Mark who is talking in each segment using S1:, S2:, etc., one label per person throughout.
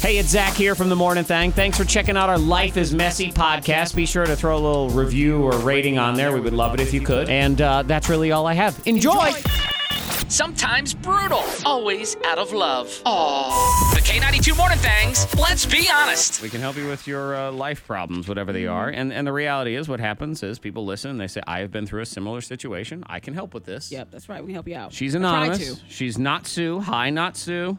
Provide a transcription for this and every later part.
S1: Hey, it's Zach here from The Morning Thing. Thanks for checking out our Life is Messy podcast. Be sure to throw a little review or rating on there. We would love it if you could. And uh, that's really all I have. Enjoy!
S2: Sometimes brutal, always out of love. Aw. The K92 Morning Things, let's be honest.
S1: We can help you with your uh, life problems, whatever they are. And, and the reality is, what happens is people listen and they say, I have been through a similar situation. I can help with this.
S3: Yep, that's right. We can help you out.
S1: She's
S3: I tried
S1: anonymous.
S3: to.
S1: She's not Sue. Hi, not Sue.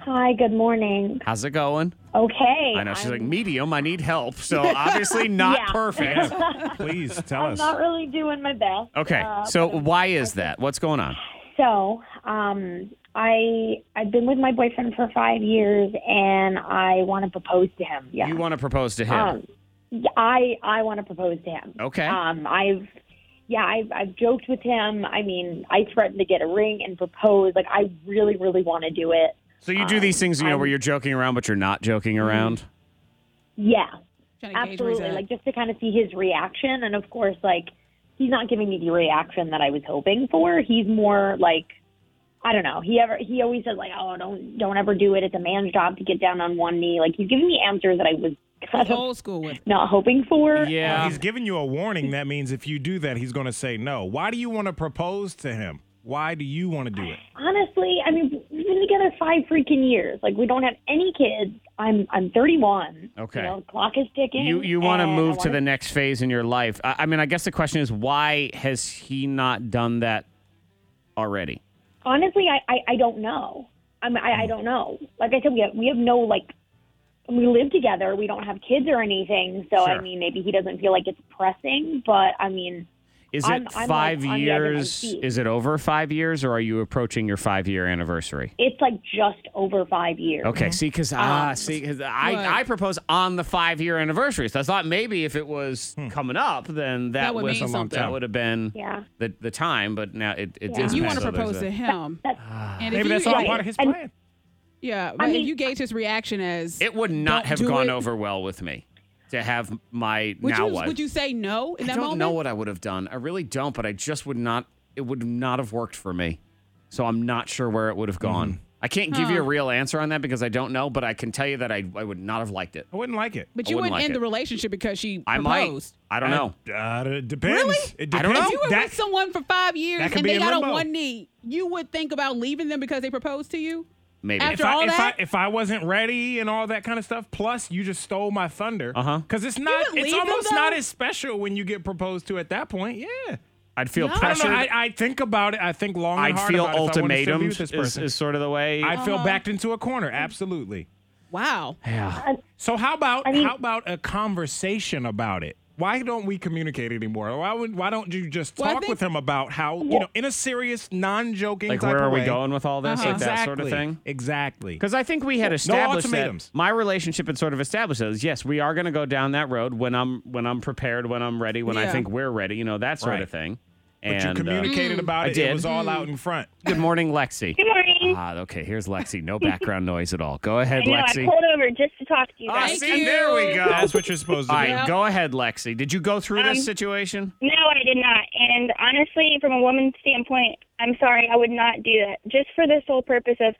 S4: Hi, good morning.
S1: How's it going?
S4: Okay.
S1: I know. She's
S4: I'm
S1: like, medium, I need help. So obviously not
S4: Yeah.
S1: perfect.
S5: Please tell us.
S4: not really doing my best.
S1: Okay.
S4: Uh,
S1: so why is that? What's going on?
S4: so, um, I I've been with my boyfriend for five years, and I want to propose to him. Yeah.
S1: You want to propose to him.
S4: Um, yeah, I I want to propose to him.
S1: Okay.
S4: Um, I've yeah, I've I've joked with him. I mean, I threatened to get a ring and propose. Like, I really, really want to do it.
S1: so you do
S4: Um,
S1: these things, you know, where you're joking around, but you're not
S4: Mm-hmm.
S1: joking around.
S4: Yeah.
S3: Trying to gauge where he's
S4: Absolutely.
S3: at.
S4: Like just to kind of see his reaction. And of course, like he's not giving me the reaction that I was hoping for. He's more like, I don't know. He ever he always says like, oh, don't don't ever do it. It's a man's job to get down on one knee. Like he's giving me answers that I was kind of
S3: old school with.
S4: not hoping for.
S1: Yeah.
S5: He's giving you a warning. That means if you do that, he's going to say no. Why do you want to propose to him? Why do you want to do it?
S4: Honestly, I mean, we've been together five freaking years. Like we don't have any kids. I'm I'm 31.
S1: Okay.
S4: You know, clock is ticking.
S1: You you want to
S4: and I
S1: move to
S4: wanna-
S1: the next phase in your life. I, I mean, I guess the question is, why has he not done that already?
S4: Honestly, I, I, I don't know. I, mean, I I don't know. Like I said, we have we have no like we live together. We don't have kids or anything. So
S1: Sure.
S4: I mean, maybe he doesn't feel like it's pressing. But I mean,
S1: Is it
S4: I'm- I'm, like,
S1: five
S4: on the edge of my
S1: years?
S4: seat.
S1: Is it over five years, or are you approaching your five-year anniversary?
S4: it's like just over five years.
S3: Mm-hmm.
S1: Okay, see, because
S4: Um,
S1: ah, see, 'cause
S3: Right.
S1: I I propose on the five-year anniversary, so I thought maybe if it was coming up, then that,
S3: That would
S1: was
S3: mean something.
S1: that would have been
S4: Hmm. Yeah.
S1: the the time. But now it, it
S4: Yeah.
S1: it's
S3: You
S1: been-
S3: want to
S1: so there's
S3: propose
S1: a- Ah.
S3: to him. And if
S5: Maybe
S3: you,
S5: that's all
S4: right.
S5: part of his
S4: And-
S5: plan.
S3: Yeah, but if
S4: mean-
S3: you gauge his reaction as
S1: It would not
S3: Don't
S1: have
S3: do
S1: gone
S3: it.
S1: over well with me to have my
S3: would
S1: now
S3: you
S1: wife.
S3: would you say no in
S1: I
S3: that
S1: don't
S3: moment?
S1: know what I would have done. I really don't, but I just would not. It would not have worked for me. So I'm not sure where it would have gone.
S5: Mm-hmm.
S1: I can't give you a real answer on that because I don't know, but I can tell you that I, I would not have liked it.
S5: I wouldn't like it.
S3: but
S1: I
S3: you
S1: wouldn't
S3: wouldn't
S1: like
S3: end
S1: it.
S3: the relationship because she
S1: I
S3: proposed.
S1: might. I don't know.
S5: Uh, it depends. It depends.
S1: I don't know.
S3: If you were
S5: That-
S3: with someone for five years
S5: that could
S3: and
S5: be
S3: they
S5: in
S3: got on
S5: limbo.
S3: one knee, you would think about leaving them because they proposed to you.
S1: Maybe.
S3: After
S5: if I,
S3: all
S5: if
S3: that?
S5: I if I wasn't ready and all that kind of stuff, plus you just stole my thunder. Uh
S1: Uh-huh.
S5: Because it's not.
S3: would
S5: It's
S3: leave him,
S5: almost not
S3: though? Oh.
S5: as special when you get proposed to at that point. Yeah.
S1: I'd feel
S5: I don't
S1: pressured.
S5: know. I, I think about it. I think long and
S1: I'd
S5: hard
S1: feel
S5: about it if I wanted to still be
S1: ultimatum
S5: with this
S1: is,
S5: person.
S1: is sort of the way.
S5: I'd
S3: Uh-huh.
S5: feel backed into a corner. Absolutely.
S3: Wow.
S1: yeah.
S5: So how about
S4: mean-
S5: how about a conversation about it? Why don't we communicate anymore? Why would, why don't you just
S3: Well, I
S5: talk with him about how you know in a serious, non-joking
S1: Like,
S5: type
S1: where
S5: of
S1: are we
S5: way?
S1: going with all this?
S3: Uh-huh.
S1: Like that sort of
S5: Exactly.
S1: thing?
S5: Exactly.
S1: Because I think we had established that
S5: ultimatums.
S1: my relationship had sort of established that yes, we are going to go down that road when I'm when I'm prepared, when I'm ready, when I
S3: Yeah.
S1: think we're ready, you know that sort of
S5: Right.
S1: thing.
S5: But you
S1: And, uh,
S5: communicated about
S1: I
S5: it.
S1: did.
S5: It was
S3: Mm-hmm.
S5: all out in front.
S1: good morning, Lexi.
S4: Good morning.
S1: Ah, okay. Here's Lexi. No background noise at all. Go ahead,
S4: I know. I
S1: Lexi.
S4: pulled over just to talk to you
S1: Ah,
S4: guys.
S3: Thank
S1: see, there we
S3: you.
S1: go.
S5: That's what you're supposed to
S1: all
S5: do.
S1: right, go ahead, Lexi. Did you go through this
S6: Um,
S1: situation?
S6: No, I did not. And honestly, from a woman's standpoint, I'm sorry, I would not do that. Just for the sole purpose of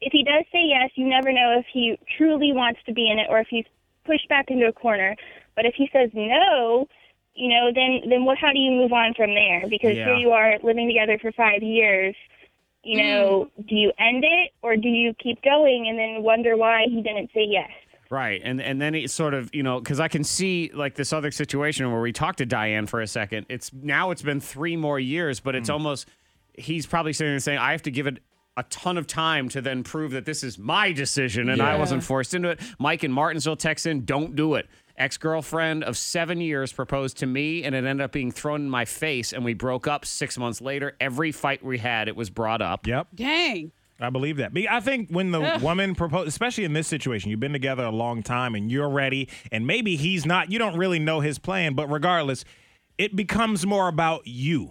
S6: if he does say yes, you never know if he truly wants to be in it or if he's pushed back into a corner. But if he says no, you know, then then what how do you move on from there? Because
S5: Yeah.
S6: here you are living together for 5 years. You know, do you end it or do you keep going and then wonder why he didn't say yes?
S1: Right. And and then it sort of, you know, because I can see like this other situation where we talked to Diane for a second. It's now it's been three more years, but it's almost he's probably sitting there saying, I have to give it a ton of time to then prove that this is my decision and I
S5: Yeah.
S1: wasn't forced into it. Mike in Martinsville texts in, don't do it. Ex girlfriend of seven years proposed to me and it ended up being thrown in my face and we broke up six months later. Every fight we had, it was brought up.
S5: Yep.
S3: Dang.
S5: I believe that. Be- I think when the woman proposes, especially in this situation, you've been together a long time and you're ready, and maybe he's not, you don't really know his plan, but regardless, it becomes more about you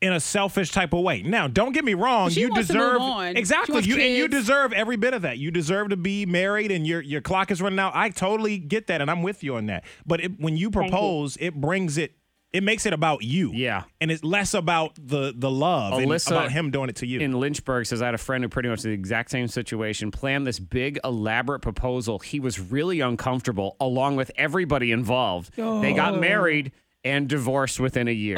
S5: in a selfish type of way. Now, don't get me wrong,
S3: She
S5: you
S3: wants to move
S5: deserve
S3: on. She
S5: exactly
S3: wants
S5: you and you
S3: kids.
S5: deserve every bit of that. You deserve to be married and your your clock is running out. I totally get that and I'm with you on that. But it, when you propose, it brings it It makes it about you.
S1: Yeah.
S5: And it's less about the the love and
S1: Alyssa
S5: about him doing it to you.
S1: in Lynchburg says I had a friend who pretty much the exact same situation planned this big elaborate proposal. He was really uncomfortable along with everybody involved. They
S5: Oh.
S1: got married and divorced within a year.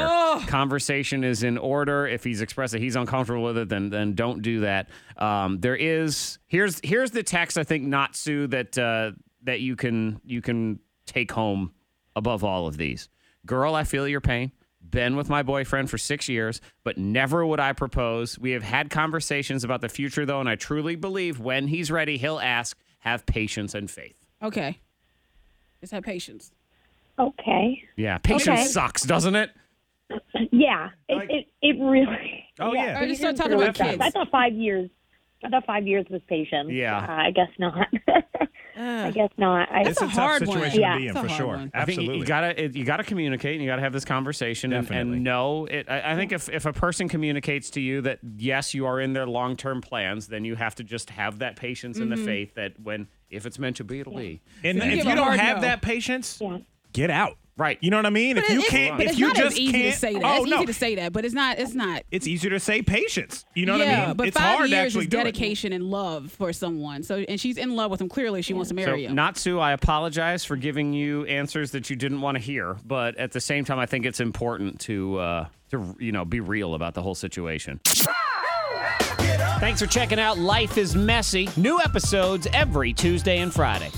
S1: Conversation is in order. If he's expressed that he's uncomfortable with it, then then don't do that. Um, there is here's here's the text I think Natsu that uh, that you can you can take home above all of these. Girl, I feel your pain. Been with my boyfriend for six years, but never would I propose. We have had conversations about the future, though, and I truly believe when he's ready, he'll ask. Have patience and faith.
S3: Okay. Just have patience.
S4: Okay.
S1: Yeah, patience
S4: Okay.
S1: sucks, doesn't it?
S4: Yeah. It,
S5: Like-
S4: it, it really.
S5: Oh, yeah.
S3: I just started
S4: patience
S3: talking about
S4: really
S3: kids.
S4: sucks. I thought five years. I thought five years was patience.
S1: Yeah.
S4: Uh, I guess not. I guess not. I,
S5: it's a,
S3: a
S5: tough
S3: hard one.
S5: situation
S4: Yeah.
S5: to be in
S3: It's a
S5: for
S3: hard
S5: sure.
S3: one.
S1: I think
S5: Absolutely.
S1: you gotta it, you gotta communicate and you gotta have this conversation and,
S5: Definitely.
S1: and know it. I, I think if if a person communicates to you that yes you are in their long term plans, then you have to just have that patience and the faith that when if it's meant to be, it'll be.
S5: and
S3: you
S5: if
S3: give
S5: you
S3: a
S5: don't
S3: hard
S5: have
S3: no.
S5: that patience,
S4: Yeah.
S5: get out.
S1: Right.
S5: You know what I mean? if
S3: But
S5: you
S3: it's-
S5: can't,
S3: but
S5: if
S3: it's
S5: you
S3: not
S5: just
S3: as easy
S5: can't,
S3: to say that.
S5: oh
S3: it's
S5: no,
S3: easy to say that, but it's not. It's not.
S5: it's easier to say patience. You know what
S3: yeah,
S5: I mean?
S3: but
S5: it's
S3: five
S5: hard to
S3: years
S5: actually
S3: is
S5: do it.
S3: dedication and love for someone. So, and she's in love with him. Clearly, she wants to marry
S1: So,
S3: him.
S1: Natsu, I apologize for giving you answers that you didn't want to hear, but at the same time, I think it's important to uh, to you know be real about the whole situation. Thanks for checking out Life is Messy. New episodes every Tuesday and Friday.